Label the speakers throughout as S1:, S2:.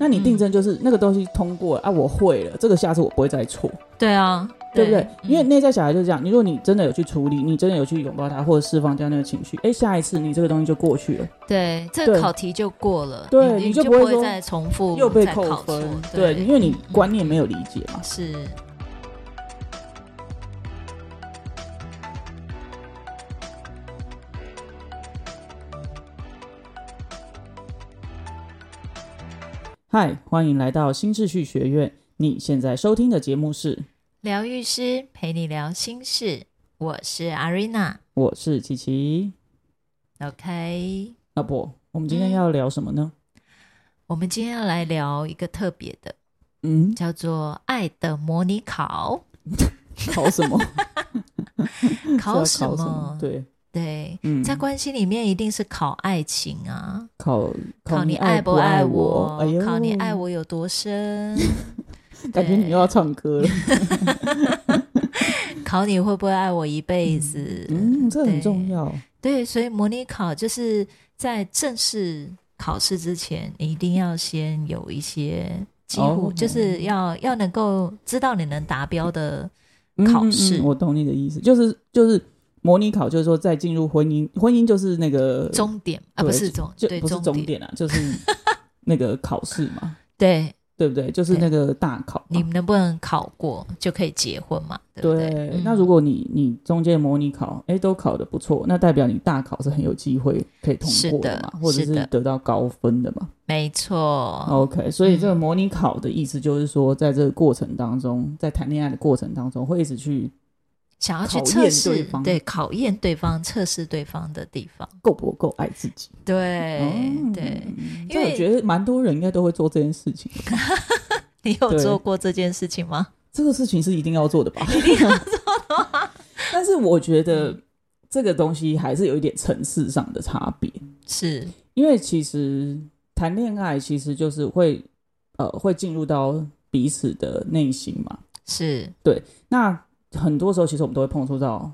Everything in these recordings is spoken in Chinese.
S1: 那你
S2: 嗯
S1: 订正就是那个东西通过了啊，我会了，这个下次我不会再错。
S2: 对啊，
S1: 对不对？因为
S2: 嗯
S1: 内在小孩就是这样，你如果你真的有去处理，你真的有去拥抱它，或者释放掉那个情绪，哎，下一次你这个东西就过去了，
S2: 对这个
S1: 对
S2: 考题就过了，
S1: 对
S2: 你
S1: 你
S2: 就
S1: 就
S2: 不
S1: 不会
S2: 会
S1: 说
S2: 再重复
S1: 又被
S2: 嗯再
S1: 扣
S2: 考
S1: 分
S2: 错。
S1: 对，因为你
S2: 嗯
S1: 观念没有理解嘛。
S2: 是
S1: 嗨，欢迎来到新秩序学院，你现在收听的节目是，
S2: 疗愈师陪你聊心事，我是 Arena。
S1: 我是琪琪
S2: OK，
S1: 老婆。我们今天要聊什么呢？
S2: 我们今天要来聊一个特别的，
S1: 嗯，
S2: 叫做“爱的模拟考。
S1: 考什么？”嗯是要
S2: 什
S1: 考什么？对，
S2: 对
S1: 嗯，
S2: 在关系里面一定是考爱情啊，
S1: 考
S2: 考
S1: 你
S2: 爱
S1: 不
S2: 爱
S1: 我？哎呦，
S2: 考你爱，我有多深，
S1: 感觉你又要唱歌了。
S2: 考你会不会爱我一辈子。
S1: 嗯，这很
S2: 对
S1: 重要。
S2: 对，所以模拟考就是在正式考试之前，你一定要先有一些几乎、
S1: 哦
S2: 就是要要能够知道你能达标的，
S1: 嗯
S2: 考
S1: 嗯嗯
S2: 试
S1: 我懂你的意思，就是就是模拟考，就是说在进入婚姻，婚姻就是那个
S2: 终点啊，
S1: 呃对
S2: 不是终，
S1: 就
S2: 对，
S1: 不是
S2: 终
S1: 终，点啊，就是 那个考试嘛，
S2: 对，
S1: 对不对？就是
S2: 对
S1: 那个大考
S2: 你
S1: 嘛。
S2: 能不能考过就可以结婚嘛，对不
S1: 啊对，
S2: 对？嗯
S1: 那如果你你中间模拟考，哎，都考得不错，那代表你大考是很有机会可以通过
S2: 是的
S1: 嘛，或者
S2: 是的
S1: 是得到高分的嘛。
S2: 没错，
S1: OK，所以这个
S2: 嗯
S1: 模拟考的意思就是说，在这个过程当中，在谈恋爱的过程当中，会一直去
S2: 想要去
S1: 考
S2: 测
S1: 验
S2: 试
S1: 对，方
S2: 对，考验对方，测试对方的地方，
S1: 够不够爱自己。
S2: 对
S1: 哦
S2: 对，，因
S1: 这
S2: 为
S1: 我觉得蛮多人应该都会做这件事 情。
S2: 你有
S1: 对
S2: 做过这件事情吗？
S1: 这个事情是一定要做的吧？一定要做的。 但是我觉得这个东西还是有一点层次上的差别，
S2: 是，
S1: 因为其实谈恋爱其实就是会呃会进入到彼此的内心嘛。
S2: 是，
S1: 那很多时候其实我们都会碰触到，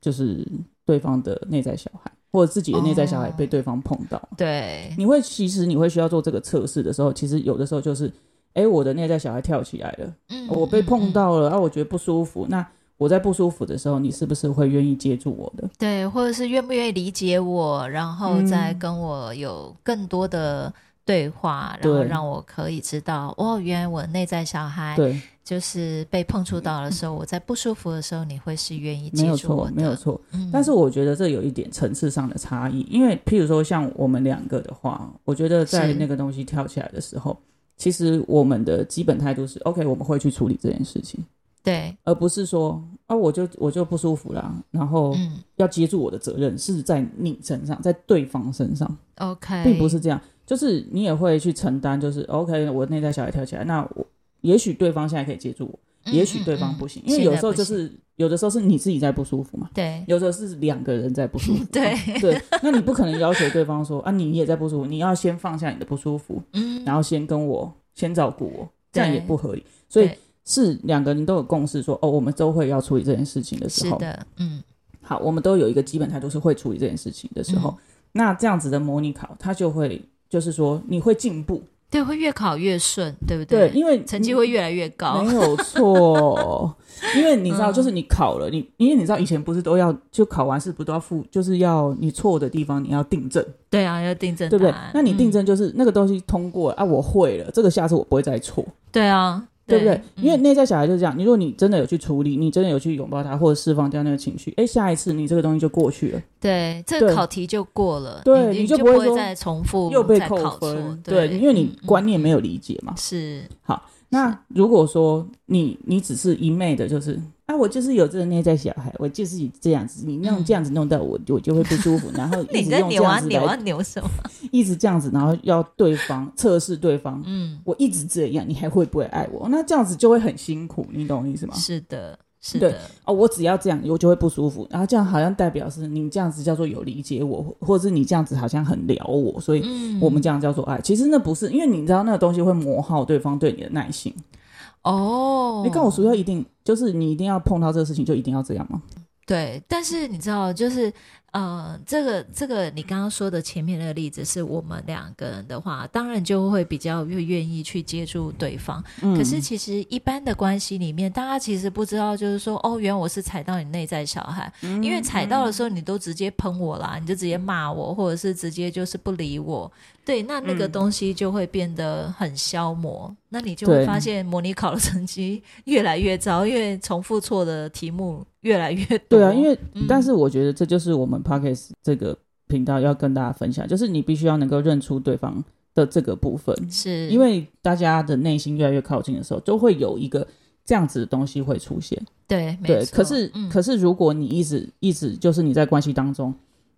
S1: 就是对方的内在小孩，或者自己的内在小孩
S2: 哦
S1: 被对方碰到。
S2: 对，
S1: 你会其实你会需要做这个测试的时候，其实有的时候就是，哎，我的内在小孩跳起来了。
S2: 嗯
S1: 我被碰，
S2: 嗯嗯
S1: 到了，啊，我觉得不舒服。那我在不舒服的时候，你是不是会愿意接住我的？
S2: 对，或者是愿不愿意理解我，然后
S1: 嗯
S2: 再跟我有更多的对话，然后
S1: 对
S2: 让我可以知道，哦，原来我内在小孩
S1: 对，嗯
S2: 就是被碰触到的时候，我在不舒服的时候，你会是愿意
S1: 没
S2: 接
S1: 有
S2: 住我
S1: 错
S2: 的，，
S1: 没有错。
S2: 嗯
S1: 但是我觉得这有一点层次上的差异，因为譬如说像我们两个的话，我觉得在
S2: 是
S1: 那个东西跳起来的时候，其实我们的基本态度是 OK，我们会去处理这件事情，
S2: 对，
S1: 而不是说啊，我就我就不舒服啦，然后
S2: 嗯
S1: 要接住我的责任是在你身上，在对方身上。
S2: ，OK，
S1: 并不是这样，就是你也会去承担，就是 OK，我内在小孩跳起来，那我也许对方现在可以接住我，
S2: 嗯，
S1: 也许
S2: 嗯
S1: 对方
S2: 嗯
S1: 不行，因为
S2: 现
S1: 有
S2: 在
S1: 时候
S2: 不
S1: 就
S2: 行
S1: 是有的时候是你自己在不舒服嘛，
S2: 对，
S1: 有时候是两个人在不舒服嘛，
S2: 对
S1: 对，那你不可能要求对方说啊你也在不舒服，你要先放下你的不舒服，
S2: 嗯，
S1: 然后先跟我先照顾我，这样
S2: 对
S1: 也不合理，所以
S2: 对。
S1: 是两个人都有共识说，哦，我们都会要处理这件事情的时
S2: 是
S1: 候，
S2: 的，嗯，
S1: 好，我们都有一个基本态度是会处理这件事情的时候，
S2: 嗯
S1: 那这样子的模拟考，它就会就是说你会进步，
S2: 对，会越考越顺，对不
S1: 对，因为
S2: 成绩会越来越高，
S1: 没有错，因为你知道，
S2: 嗯
S1: 就是你考了，你因为你知道以前不是都要就考完试不都要附，就是要你错的地方你要订正，
S2: 对啊，要订正
S1: 对不对
S2: 答案，？
S1: 那你订
S2: 嗯
S1: 正就是那个东西通过了啊，我会了，这个下次我不会再错。
S2: 对啊，
S1: 对不对？因为
S2: 嗯
S1: 内在小孩就是这样，你如果你真的有去处理，你真的有去拥抱它，或者释放掉那个情绪，哎，下一次你这个东西就过去了。
S2: 对，这个
S1: 对
S2: 考题就过了，
S1: 对
S2: 你
S1: 你
S2: 就
S1: 就
S2: 不
S1: 不会
S2: 会
S1: 说
S2: 再重复，
S1: 又被
S2: 再
S1: 扣
S2: 考错
S1: 分，
S2: 对，
S1: 因为你
S2: 嗯嗯
S1: 观念没有理解嘛。
S2: 是
S1: 那如果说你你只是一昧的，就是啊，我就是有这个内在小孩，我就是这样子，你弄
S2: 嗯
S1: 这样子弄到我，我就会不舒服，然后一
S2: 你
S1: 直
S2: 在
S1: 用这
S2: 扭啊
S1: 样子
S2: 扭啊
S1: 来，
S2: 扭 什么？
S1: 一直这样子，然后要对方测试对方，
S2: 嗯，
S1: 我一直这样，你还会不会爱我？那这样子就会很辛苦，你懂我意思吗？
S2: 是的，是
S1: 对
S2: 的，
S1: 哦，我只要这样，我就会不舒服，然后这样好像代表是你这样子叫做有理解我，或或者是你这样子好像很聊我，所以
S2: 嗯，
S1: 我们这样叫做爱。其实那不是，因为你知道那个东西会磨耗对方对你的耐心。
S2: 哦，
S1: 你跟我说要一定，就是你一定要碰到这个事情，就一定要这样吗？
S2: 对，但是你知道，就是呃，这个这个你刚刚说的前面那个例子，是我们两个人的话，当然就会比较越愿意去接触对方。
S1: 嗯
S2: 可是其实一般的关系里面，大家其实不知道，就是说，哦，原来我是踩到你内在小孩，
S1: 嗯
S2: 因为踩到的时候你都直接喷我啦，你就直接骂我，或者是直接就是不理我，对，那那个
S3: 嗯
S2: 东西就会变得很消磨，那你就会
S1: 对
S2: 发现模拟考的成绩 越来越糟，因为重复错的题目越来越多。
S1: 对啊，因为、
S2: 嗯
S1: 但是我觉得这就是我们 p o c k e t 这个频道要跟大家分享，就是你必须要能够认出对方的这个部分，
S2: 是
S1: 因为大家的内心越来越靠近的时候，就会有一个这样子的东西会出现。
S2: 对，没
S1: 对，
S2: 错
S1: 可是、
S2: 嗯
S1: 可是如果你一直一直就是你在关系当中。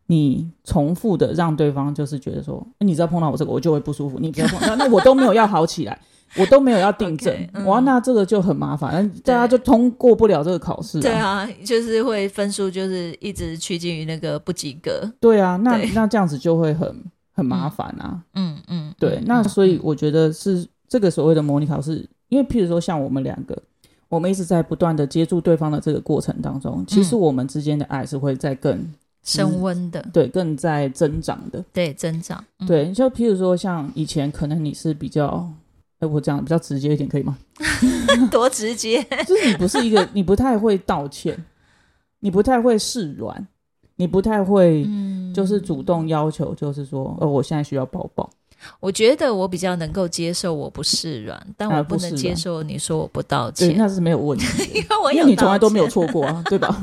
S1: 你重复的让对方就是觉得说，欸你只要碰到我这个，我就会不舒服。你不要碰到，那我都没有要好起来， 我都没有要订正
S2: OK，嗯
S1: 哇，那这个就很麻烦，大家就通过不了这个考试、
S2: 对啊，就是会分数就是一直趋近于那个不及格。
S1: 对啊，那
S2: 对
S1: 那这样子就会很很麻烦啊。
S2: 嗯嗯，
S1: 对
S2: 嗯，
S1: 那
S2: 嗯
S1: 所以我觉得是这个所谓的模拟考试，因为譬如说像我们两个，我们一直在不断的接触对方的这个过程当中，
S2: 嗯
S1: 其实我们之间的爱是会在更
S2: 升温的
S1: 对更在增长的。
S2: 对增长，嗯，
S1: 对，就譬如说像以前可能你是比较。哎，我讲得比较直接一点可以 吗？
S2: 多直接，
S1: 就是你不是一个，你不太会道歉，你不太会示软，你不太会
S2: 嗯，
S1: 就是主动要求，就是说，呃，我现在需要抱抱。
S2: 我觉得我比较能够接受我不示软，但
S1: 啊
S2: 我不
S1: 不
S2: 能
S1: 示
S2: 接
S1: 软
S2: 受你说我不道
S1: 对，
S2: 歉，
S1: 那是没有问题的，
S2: 因为我
S1: 因
S2: 有
S1: 为你从来
S2: 道
S1: 都没有
S2: 歉
S1: 错过啊，对 吧？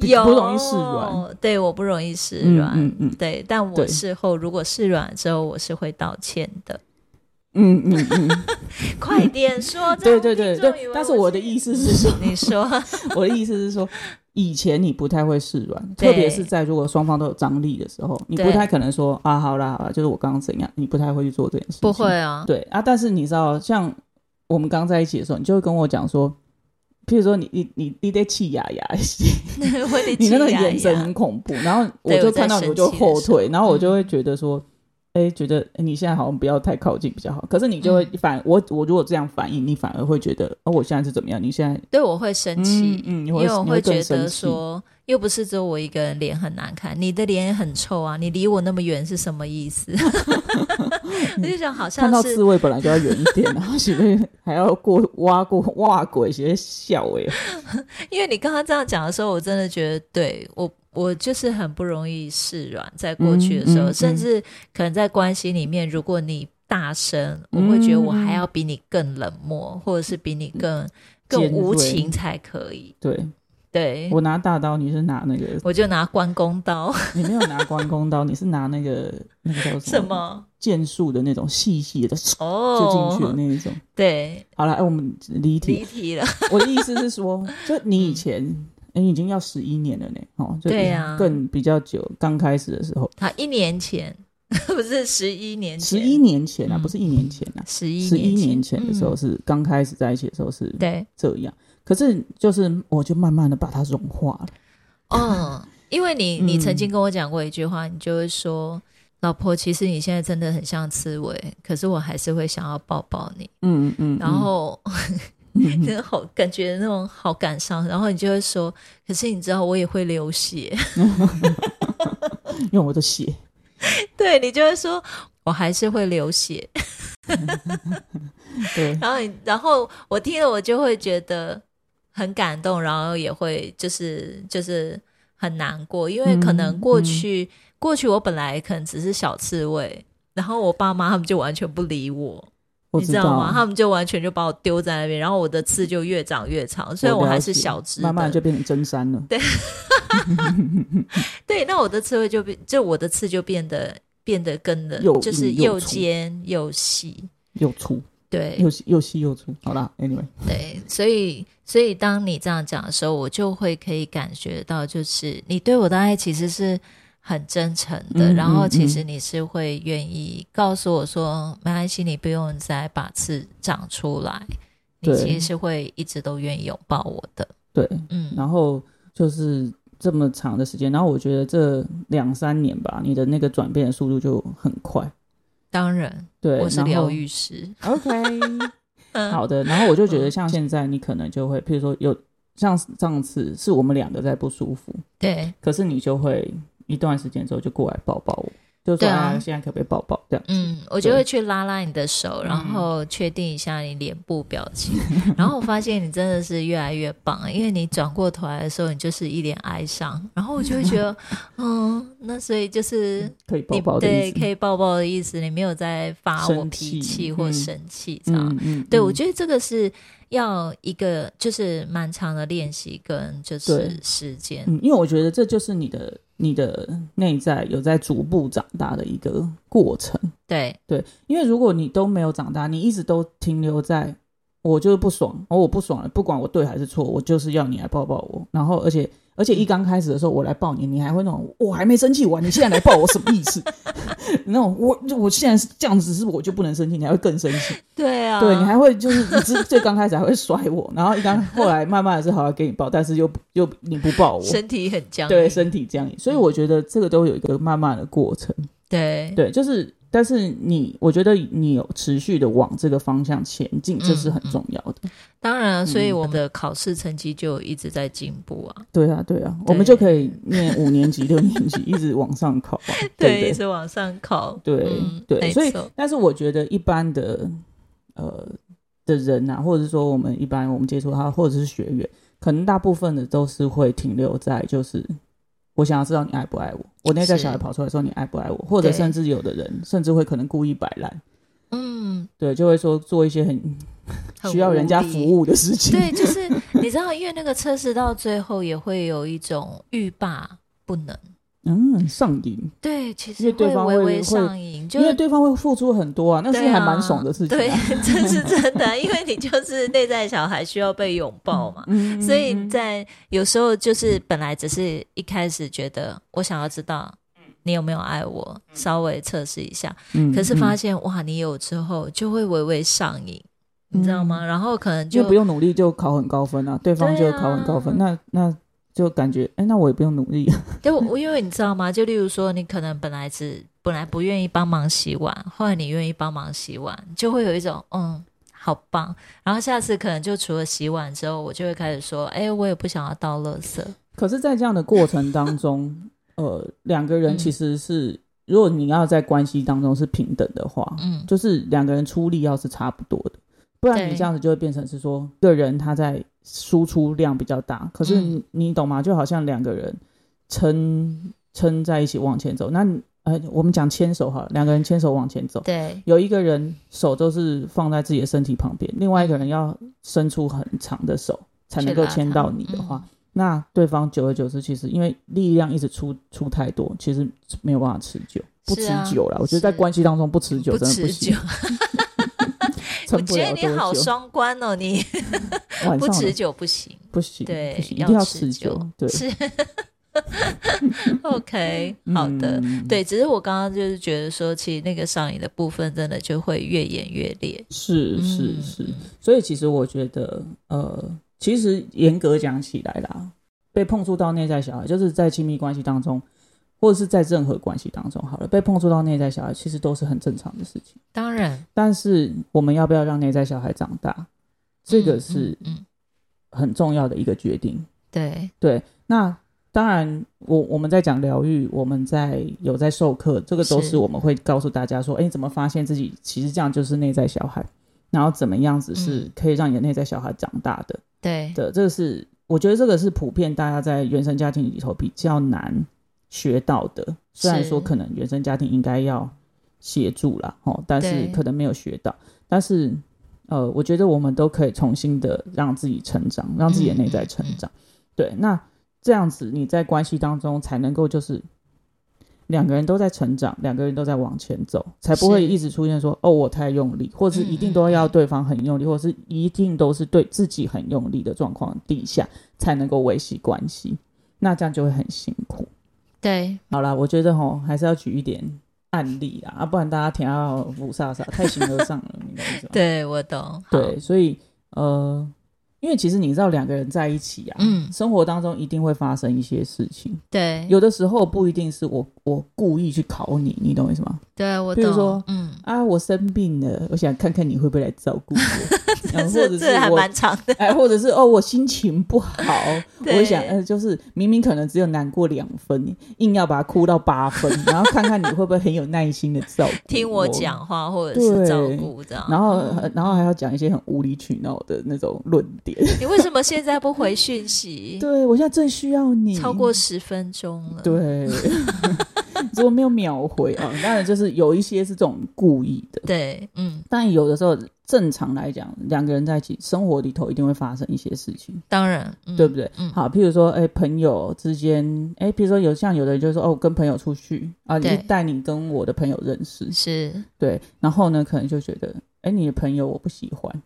S1: 比
S2: 有
S1: 不容易示软，，
S2: 对，我不容易示
S1: 嗯
S2: 软，
S1: 嗯嗯
S2: 对，但我
S1: 对
S2: 事后如果示软之后，我是会道歉的。
S1: 嗯嗯嗯，
S2: 快点说，
S1: 对对对对。但是我的
S2: 思
S1: 意思是说，
S2: 你说，
S1: 我的意思是说，以前你不太会示软，
S2: 对
S1: 特别是在如果双方都有张力的时候，你不
S2: 对
S1: 太可能说啊，好啦好啦，就是我刚刚怎样， 你不太会去做这件事情。
S2: 不会， 啊，
S1: 对啊。但是你知道，像我们刚在一起的时候，你就会跟我讲说，譬如说你你你你得气牙牙。
S2: 我得
S1: 你那个
S2: 气呀
S1: 眼神
S2: 呀
S1: 很恐怖，然后我
S2: 对我
S1: 就
S2: 在
S1: 看到你
S2: 生
S1: 我就
S2: 气的
S1: 后
S2: 时候
S1: 退，然后我就
S2: 嗯
S1: 会觉得说，哎、觉得诶你现在好像不要太靠近比较好。可是你就会
S2: 嗯
S1: 反、我，我如果这样反应，你反而会觉得，哦，我现在是怎么样？你现在
S2: 对我会生气，
S1: 嗯嗯你
S2: 因
S1: 会
S2: 为我
S1: 你会更
S2: 觉
S1: 生
S2: 得
S1: 气
S2: 说，又不是只有我一个人脸很难看，你的脸也很臭啊，你离我那么远是什么意思？ 我就想好
S1: 看
S2: 像
S1: 到
S2: 是
S1: 刺猬本来就要远一点， 然后喜被还要过挖过挖鬼，喜被笑哎、
S2: 因为你刚刚这样讲的时候，我真的觉得对我。我就是很不容易示软，在过去的时
S1: 嗯
S2: 候，
S1: 嗯嗯
S2: 甚至可能在关系里面，如果你大声，我会觉得我
S1: 嗯
S2: 还要比你更冷漠，或者是比你更更
S1: 尖锐
S2: 无情才可以。
S1: 对
S2: 对，我
S1: 我拿大刀，你是拿那个，
S2: 就拿关公刀，
S1: 你没有拿关公刀，你是拿那个那个叫
S2: 什
S1: 么
S2: 么？
S1: 剑术的那种细细的就
S2: 哦，
S1: 进去的那一种。
S2: 对，
S1: 好了，哎我们离题
S2: 离题了。
S1: 我的意思是 说，就你以前，哎你已经要十一年了呢，哦，就
S2: 嗯对啊
S1: 更比较久，刚开始的时候，
S2: 他一年前， 不是十一年
S1: 十
S2: 前，
S1: 一年前啊，
S2: 嗯
S1: 不是一年前啊，
S2: 十一
S1: 十一年前的时候
S2: 嗯
S1: 是刚开始在一起的时候是
S2: 对，
S1: 这样，可是就是我就慢慢的把它融化了，
S2: 嗯，因为你你
S1: 嗯
S2: 曾经跟我讲过一句话，你就会说，老婆，其实你现在真的很像刺猬，可是我还是会想要抱抱你，
S1: 嗯嗯，
S2: 然后。 真的好，感觉那种好感伤，然后你就会说，可是你知道我也会流血，
S1: 嗯用我的血，
S2: 对你就会说，我还是会流血，
S1: 对，
S2: 然后你，然后我听了，我就会觉得很感动，然后也会就是就是很难过，因为可能
S1: 嗯
S2: 过去、过去我本来可能只是小刺猬，然后我爸妈他们就完全不理我，
S1: 我
S2: 你知道吗？他
S1: 道。
S2: 们就完全就把我丢在那边，然后我的刺就越长越长，虽然
S1: 我
S2: 我还
S1: 了
S2: 是
S1: 解
S2: 小只的，
S1: 慢慢就变成真山了。
S2: 对，那我的刺猬就变，就我的刺就变得变得跟的
S1: 又，
S2: 就是
S1: 硬又
S2: 又
S1: 粗
S2: 尖又细，
S1: 又粗
S2: 对，
S1: 又细又细又粗。好啦，Anyway，
S2: 对，所以所以当你这样讲的时候，我就会可以感觉到，就是你对我的爱其实是很真诚的，
S1: 嗯
S2: 然后
S1: 嗯
S2: 其
S1: 嗯
S2: 实你是会愿意告诉我说，没关系，你不用再把刺长出来，你
S1: 对
S2: 其实是会一直都愿意拥抱我的。
S1: 对，
S2: 嗯，
S1: 然后就是这么长的时间，然后我觉得这两三年吧，你的那个转变的速度就很快。
S2: 当然，
S1: 对，
S2: 我是
S1: 然后
S2: 疗愈师。
S1: OK，
S2: 嗯
S1: 好的。然后我就觉得，像现在你可能就会，譬如说有像上次是我们两个在不舒服，
S2: 对，
S1: 可是你就会一段时间之后就过来抱抱我，就说
S2: 对啊
S1: 哎现在可不可以抱抱这样？
S2: 嗯，我就会去拉拉你的手，然后确定一下你脸部表 情，然后我发现你真的是越来越棒，因为你转过头来的时候，你就是一脸哀伤，然后我就会觉 得，嗯，那所以就是
S1: 可以抱
S2: 你
S1: 抱的意
S2: 对
S1: 思。
S2: 可以抱抱的意思，你没有在发我
S1: 生气
S2: 脾气或
S1: 嗯
S2: 生气这样。
S1: 嗯嗯，
S2: 对，
S1: 嗯
S2: 我觉得这个是要一个就是蛮长的练习跟就是
S1: 对
S2: 时间。
S1: 嗯，因为我觉得这就是你的你的内在有在逐步长大的一个过程。
S2: 对
S1: 因为如果你都没有长大，你一直都停留在我就是不爽，而、我不爽了，不管我对还是错，我就是要你来抱抱我。然后，而且而
S2: 嗯
S1: 且一刚开始的时候，我来抱你，你还会那种我还没生气完，你现在来抱我什么意思？ 那种我我现在是这样子，是不是我就不能生气？你还会更生气？
S2: 对啊，
S1: 对你还会就是你最最刚开始还会甩我，然后一刚后来慢慢的是好像给你抱，但是又不又你不抱我。
S2: 身体很僵硬，
S1: 对身体这样，所以我觉得这个都有一个慢慢的过程。
S2: 对
S1: 对，就是，但是你，我觉得你有持续的往这个方向前进，这
S2: 嗯
S1: 是很重要的。
S2: 当然啊，所以
S1: 嗯
S2: 我们的考试成绩就一直在进步啊，
S1: 对啊，对啊，我
S2: 对
S1: 们就可以念五年级、六 年级，一直往上考啊，对
S2: 一
S1: 不
S2: 直往上考。
S1: 对？对、
S2: 嗯
S1: 对，
S2: 没
S1: 所以
S2: 错，
S1: 但是我觉得一般的呃的人啊，或者是说我们一般我们接触他，或者是学员，可能大部分的都是会停留在就是。我想要知道你爱不爱我，我内在
S2: 是
S1: 小孩跑出来说你爱不爱我，或者
S2: 对
S1: 甚至有的人甚至会可能故意摆烂，
S2: 嗯，
S1: 对，就会说做一些很
S2: 很
S1: 需要人家服
S2: 无
S1: 务的事
S2: 力。
S1: 情。
S2: 对，就是你知道，因为那个测试到最后也会有一种欲罢不能。
S1: 嗯，上瘾，
S2: 对，其
S1: 因
S2: 实
S1: 为对
S2: 会
S1: 方
S2: 微
S1: 会
S2: 微
S1: 会
S2: 上瘾，就
S1: 因为对方会付出很多啊，那是
S2: 对
S1: 还
S2: 啊
S1: 蛮爽的事情、
S2: 对
S1: 啊。，
S2: 这是真的，啊因为你就是内在小孩需要被拥抱嘛。
S1: 嗯
S2: 啊所以在有时候就是本来只是一开始觉得我想要知道你有没有爱我，稍微测试一下，
S1: 嗯
S2: 可是发
S1: 嗯
S2: 现哇，你有之后就会微微上瘾，你知道吗？然后可能
S1: 嗯因
S2: 就
S1: 为不用努力就考很高分啊，对方
S2: 对
S1: 就
S2: 啊
S1: 考很高分，那那就感觉，哎、那我也不用努力、啊。
S2: 对，我因为你知道吗？就例如说，你可能本来只本来不愿意帮忙洗碗，后来你愿意帮忙洗碗，就会有一种嗯。好棒！然后下次可能就除了洗碗之后，我就会开始说：“哎、我也不想要倒垃圾。
S1: 可是，在这样的过程当 中，呃，两个人
S2: 嗯
S1: 其实是，如果你要在关系当中是平等的话”，
S2: 嗯，
S1: 就是两个人出力要是差不多的，不然
S2: 对
S1: 你这样子就会变成是说，一个人他在输出量比较大，可是
S2: 嗯
S1: 你,、懂吗？就好像两个人撑撑在一起往前走，那你呃，我们讲牵手好了，两个人牵手往前走，
S2: 对
S1: 有一个人手都是放在自己的身体旁边，另外一个人要伸出很长的手才能够
S2: 去拉他
S1: 牵到你的话。那对方久而久之，其实因为力量一直出出太多，其实没有办法持久，不持
S2: 是啊
S1: 久了。我觉得在
S2: 是
S1: 关系当中不持久
S2: 嗯不
S1: 真的不
S2: 持
S1: 行
S2: 久。。我
S1: 撑不
S2: 觉得
S1: 了
S2: 你好
S1: 多久，
S2: 双关哦，你
S1: 晚
S2: 不
S1: 上
S2: 持
S1: 了
S2: 久不行。
S1: 不行，
S2: 对
S1: 不行，一
S2: 要
S1: 定要
S2: 持
S1: 持
S2: 久
S1: 久，对，
S2: 是 OK，好的。
S1: 嗯，
S2: 对，只是我刚刚就是觉得说，其实那个上瘾的部分真的就会越演越烈。
S1: 是是
S2: 嗯
S1: 是，所以其实我觉得，呃，其实严格讲起来啦，被碰触到内在小孩，就是在亲密关系当中，或者是在任何关系当中，好了，被碰触到内在小孩，其实都是很正常的事情。
S2: 当然，
S1: 但是我们要不要让内在小孩长大，这个
S2: 嗯
S1: 是
S2: 嗯嗯
S1: 很重要的一个决定。
S2: 对，
S1: 对，那当然，我我们在讲疗愈，我们在有在授课，这个都
S2: 是
S1: 是我们会告诉大家说，哎，你怎么发现自己其实这样就是内在小孩，然后怎么样子是
S2: 嗯
S1: 可以让你的内在小孩长大的。
S2: 对，
S1: 的，这个是我觉得这个是普遍大家在原生家庭里头比较难学到的，虽然
S2: 是
S1: 说可能原生家庭应该要协助啦，哦，但是
S2: 对
S1: 可能没有学到，但是。呃，我觉得我们都可以重新的让自己成长，让自己的内在成长。
S2: 嗯
S1: 对，那这样子你在关系当中才能够就是两个人都在成长，两个人都在往前走，才不会
S2: 是
S1: 一直出现说哦我太用力，或
S2: 嗯
S1: 是一定都要对方很用力，或是一定都是对自己很用力的状况底下才能够维系关系，那这样就会很辛苦。
S2: 对，
S1: 好啦，我觉得吼还是要举一点案例啦，啊，不然大家听到五煞煞太形而上了，你懂我意思吗？
S2: 对，我懂。好，
S1: 对，所以呃，因为其实你知道两个人在一起啊，
S2: 嗯
S1: 生活当中一定会发生一些事情，
S2: 对，
S1: 有的时候不一定是我我故意去考你，你懂我意思吗？
S2: 对我
S1: 比如
S2: 懂
S1: 说。
S2: 嗯，
S1: 啊，我生病了，我想看看你会不会来照顾我。嗯或
S2: 这
S1: 者
S2: 这
S1: 是
S2: 还
S1: 我
S2: 蛮长的。
S1: 哎，或者是哦，我心情不好， 我
S2: 对
S1: 想，呃，就是明明可能只有难过两分，硬要把它哭到八分， 然后看看你会不会很有耐心的照顾
S2: 听
S1: 我
S2: 我。讲话或者是照
S1: 对
S2: 顾这样。
S1: 然后，呃然后还要讲一些很无理取闹的那种论点。
S2: 你为什么现在不回讯息？
S1: 对我现在正需要你，
S2: 超过十分钟了。
S1: 对， 如果没有秒回啊，当然就是有一些是这种故意的，
S2: 对，嗯，
S1: 但有的时候正常来讲，两个人在一起生活里头一定会发生一些事情。
S2: 当然，嗯、
S1: 对不对？
S2: 嗯，
S1: 好，譬如说，哎，朋友之间，哎，譬如说有像有的人就说，哦，我跟朋友出去啊，你
S2: 对
S1: 带你跟我的朋友认识，
S2: 是
S1: 对，然后呢，可能就觉得，哎，你的朋友我不喜欢，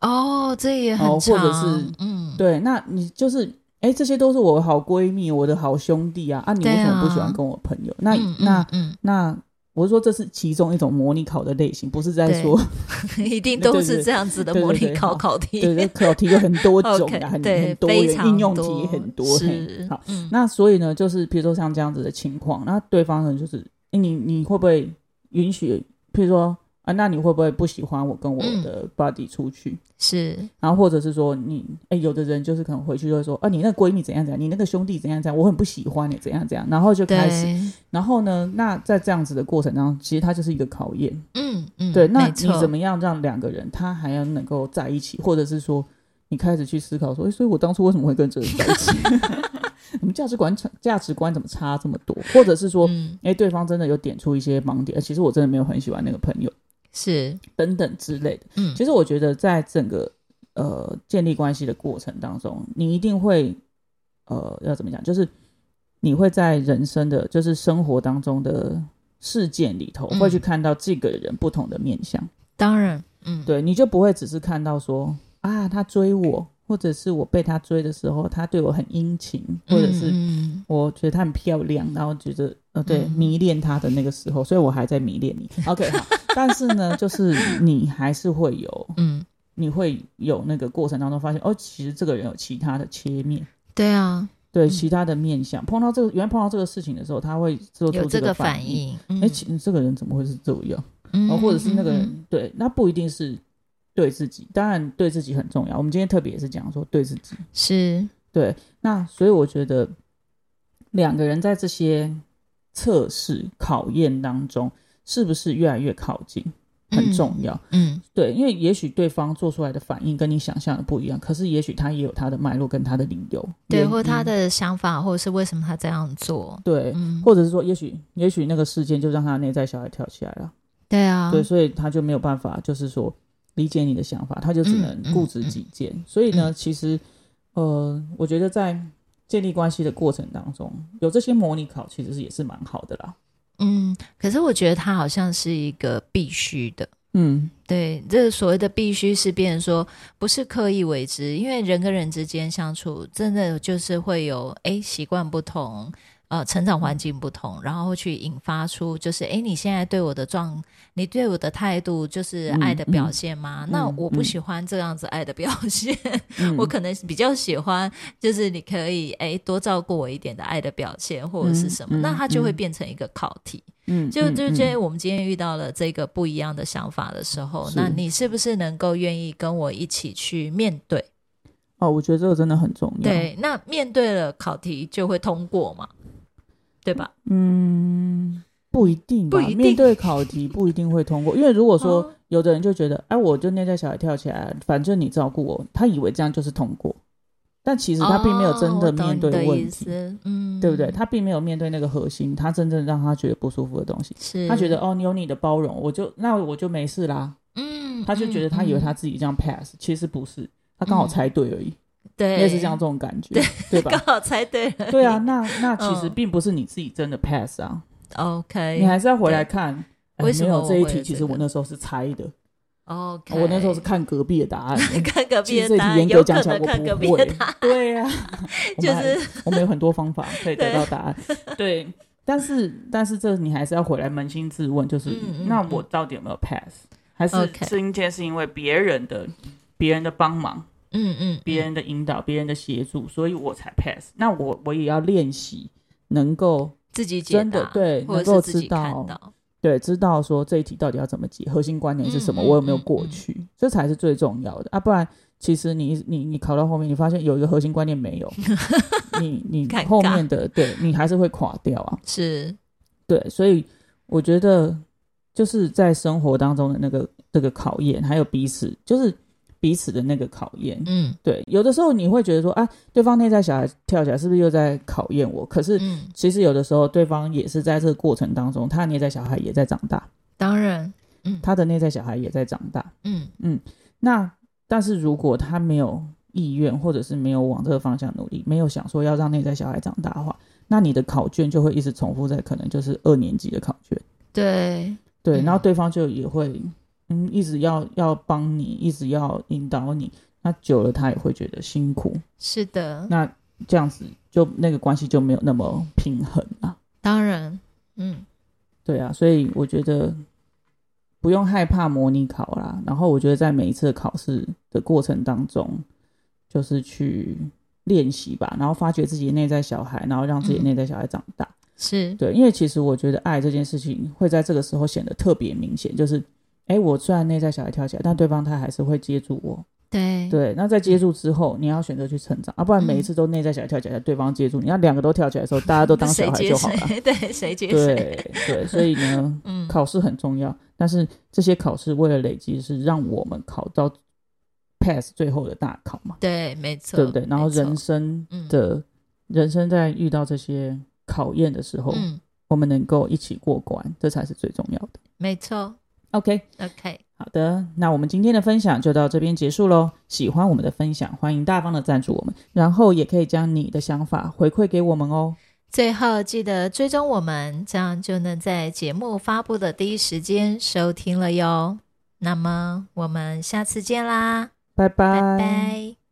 S2: 哦，这也很
S1: 哦或
S2: 长，
S1: 者是
S2: 嗯，
S1: 对，那你就是，哎，这些都是我的好闺蜜，我的好兄弟啊，啊，你为
S2: 对啊
S1: 什么不喜欢跟我朋友？那
S2: 嗯
S1: 那
S2: 嗯
S1: 那，我是说这是其中一种模拟考的类型，不是在
S2: 对
S1: 说，
S2: 嗯，一定都
S1: 对
S2: 是
S1: 对
S2: 这样子的
S1: 对对
S2: 模拟
S1: 对
S2: 考
S1: 好
S2: 考
S1: 对，
S2: 题。
S1: 这考题有很多种
S2: OK，
S1: 的，很
S2: 对
S1: 很，多
S2: 非
S1: 元
S2: 常
S1: 应用题
S2: 多
S1: 很多，嘿
S2: 是
S1: 好。，
S2: 嗯，
S1: 那所以呢，就是比如说像这样子的情况，那对方可能就是，诶你你会不会允许？譬如说啊，那你会不会不喜欢我跟我
S2: 嗯
S1: 的 buddy 出去？
S2: 是
S1: 然后或者是说你，哎、有的人就是可能回去就会说，啊，你那闺蜜怎样怎样，你那个兄弟怎样怎样，我很不喜欢你、怎样怎样，然后就开始，
S2: 对，
S1: 然后呢，那在这样子的过程当中，其实它就是一个考验，
S2: 嗯嗯，
S1: 对，那
S2: 没
S1: 你
S2: 错
S1: 怎么样让两个人他还要能够在一起，或者是说你开始去思考说，诶所以我当初为什么会跟这个人在一 起？我们价值观差价值观怎么差这么多？或者是说，
S2: 嗯，
S1: 诶，对方真的有点出一些盲点，呃其实我真的没有很喜欢那个朋友
S2: 是，
S1: 等等之类的。
S2: 嗯，
S1: 其实我觉得在整个呃建立关系的过程当中，你一定会呃要怎么讲，就是你会在人生的就是生活当中的事件里头，
S2: 嗯
S1: 会去看到这个人不同的面相。
S2: 当然，嗯，
S1: 对，你就不会只是看到说啊，他追我，或者是我被他追的时候，他对我很殷勤，或者是
S2: 嗯，
S1: 我觉得她很漂亮，然后觉得呃，对，
S2: 嗯
S1: 迷恋她的那个时候，所以我还在迷恋你。OK，好，但是呢，就是你还是会有，
S2: 嗯，嗯
S1: 你会有那个过程当中发现，哦，其实这个人有其他的切面。
S2: 对啊，
S1: 对
S2: 嗯
S1: 其他的面相，碰到这个原来碰到这个事情的时候，他会做
S2: 有
S1: 出
S2: 这
S1: 个
S2: 个反
S1: 应。
S2: 应，
S1: 哎、
S2: 嗯
S1: 其实这个人怎么会是这样？
S2: 嗯
S1: 哦，或者是那个人、
S2: 嗯嗯
S1: 对，那不一定是对自己，当然对自己很重要。我们今天特别也是讲说对自己，
S2: 是，
S1: 对，那所以我觉得两个人在这些测试考验当中，是不是越来越靠近，很重要。
S2: 嗯，
S1: 对，因为也许对方做出来的反应跟你想象的不一样，可是也许他也有他的脉络跟他的理由，
S2: 对，
S1: 原
S2: 或他
S1: 因
S2: 的想法，或者是为什么他这样做，
S1: 对。
S2: 嗯，
S1: 或者是说，也许也许那个事件就让他的内在小孩跳起来了，
S2: 对啊，
S1: 对，所以他就没有办法，就是说理解你的想法，他就只能
S2: 嗯嗯嗯
S1: 固执己见。所以呢，其实呃，我觉得在建立关系的过程当中，有这些模拟考，其实是也是蛮好的啦。
S2: 嗯，可是我觉得它好像是一个必须的。
S1: 嗯，
S2: 对，这个所谓的必须是变成说不是刻意为之，因为人跟人之间相处，真的就是会有诶习惯不同，呃，成长环境不同，然后会去引发出就是诶你现在对我的状，你对我的态度就是爱的表现吗？
S1: 嗯
S2: 那
S1: 嗯
S2: 我不
S1: 嗯
S2: 喜欢这样子爱的表现，
S1: 嗯
S2: 我可能比较喜欢，就是你可以诶多照顾我一点的爱的表现或者是什么，
S1: 嗯嗯
S2: 那它就会
S1: 嗯
S2: 变成一个考题。
S1: 嗯
S2: 就就觉得
S1: 嗯
S2: 我们今天遇到了这个不一样的想法的时候，
S1: 是
S2: 那你是不是能够愿意跟我一起去面对？
S1: 哦，我觉得这个真的很重要。，
S2: 对，那面对了考题就会通过嘛，对吧？
S1: 嗯，不一定吧，
S2: 不一定
S1: 面对考题不一定会通过，因为如果说
S2: 哦
S1: 有的人就觉得，哎、我就内在小孩跳起来，反正你照顾我，他以为这样就是通过，但其实他并没有真
S2: 的
S1: 面对
S2: 哦的
S1: 问
S2: 意
S1: 题。
S2: 思嗯，
S1: 对不对？他并没有面对那个核心，他真正让他觉得不舒服的东西。
S2: 是
S1: 他觉得哦，你有你的包容，我就那我就没事啦。
S2: 嗯，
S1: 他就觉得他以为他
S2: 嗯
S1: 自己这样 pass，、其实不是，他刚好猜对而已，
S2: 嗯对
S1: 类似这样这种感觉，对
S2: 刚
S1: 吧？
S2: 好猜对了，
S1: 对 啊，那那其实
S2: 嗯
S1: 并不是你自己真的 pass 啊，
S2: ，OK，
S1: 你还是要回来看。哎
S2: 为什么
S1: 没有这一
S2: 我会有
S1: 题？其
S2: 这
S1: 实
S2: 个
S1: 我那时候是猜的，
S2: OK，
S1: 我那时候是看隔壁的答 案。
S2: 看个
S1: 其
S2: 别
S1: 实这题
S2: 的答案，
S1: 严格
S2: 有可
S1: 讲起来
S2: 能
S1: 我
S2: 看个
S1: 不
S2: 别的
S1: 会
S2: 答案，，
S1: 对呀、我
S2: 就
S1: 们还
S2: 是
S1: 我们有很多方法可以得到答案。 对，但是但是这你还是要回来扪心自问，就是、
S2: 嗯嗯
S1: 那
S2: 嗯
S1: 我到底有没有 pass？还是
S2: OK
S1: 今天是因为别人的别人的帮忙、
S2: 嗯嗯，
S1: 别人的引导、别人的协助，所以我才 pass？那我我也要练习能够
S2: 自己解
S1: 真的
S2: 答，
S1: 对
S2: 或
S1: 能
S2: 者是
S1: 够
S2: 自
S1: 知
S2: 己看
S1: 道，
S2: 到，
S1: 对，知道说这一题到底要怎么解，核心观点是什么，
S2: 嗯嗯
S1: 我有没有过
S2: 嗯嗯
S1: 去，这才是最重要的啊！不然，其实你你你考到后面，你发现有一个核心观念没 有，你你
S2: 尴尬
S1: 后面的对你还是会垮掉啊。
S2: 是
S1: 对，所以我觉得就是在生活当中的那个这个考验，还有彼此就是彼此的那个考验。
S2: 嗯
S1: 对，有的时候你会觉得说，啊，对方内在小孩跳起来是不是又在考验我？可是
S2: 嗯，
S1: 其实有的时候，对方也是在这个过程当中，他的内在小孩也在长大，
S2: 当然，
S1: 他的内在小孩也在长大。
S2: 嗯
S1: 那但是如果他没有意愿，或者是没有往这个方向努力，没有想说要让内在小孩长大的话，那你的考卷就会一直重复在可能就是二年级的考卷。
S2: 对，
S1: 对，
S2: 嗯
S1: 然后对方就也会嗯一直要要帮你，一直要引导你，那久了他也会觉得辛苦，
S2: 是的，
S1: 那这样子就那个关系就没有那么平衡啊。
S2: 当然，嗯
S1: 对啊，所以我觉得不用害怕模拟考啦。然后我觉得在每一次考试的过程当中，就是去练习吧，然后发掘自己内在小孩，然后让自己内在小孩长大。
S2: 是，
S1: 对，因为其实我觉得爱这件事情会在这个时候显得特别明显，就是。哎，我虽然内在小孩跳起来，但对方他还是会接住我。
S2: 对
S1: 对，那在接住之后，你要选择去成长，啊，不然每一
S2: 嗯
S1: 次都内在小孩跳起来，对方接住你，那两个都跳起来的时候，大家都当
S2: 谁
S1: 小孩
S2: 接
S1: 就好
S2: 谁
S1: 了。？
S2: 对，谁接谁？
S1: 对对，所以呢，
S2: 嗯，
S1: 考试很重要，但是这些考试为了累积，是让我们考到 pass 最后的大考嘛，
S2: 对，没错，
S1: 对不对？然后
S2: 没错
S1: 人生
S2: 嗯
S1: 的、人生在遇到这些考验的时候，
S2: 嗯，
S1: 我们能够一起过关，这才是最重要的。
S2: 没错
S1: OK，
S2: ，OK，
S1: 好的，那我们今天的分享就到这边结束喽。喜欢我们的分享，欢迎大方的赞助我们，然后也可以将你的想法回馈给我们哦。
S2: 最后记得追踪我们，这样就能在节目发布的第一时间收听了哟。那么我们下次见啦，
S1: 拜拜
S2: 拜拜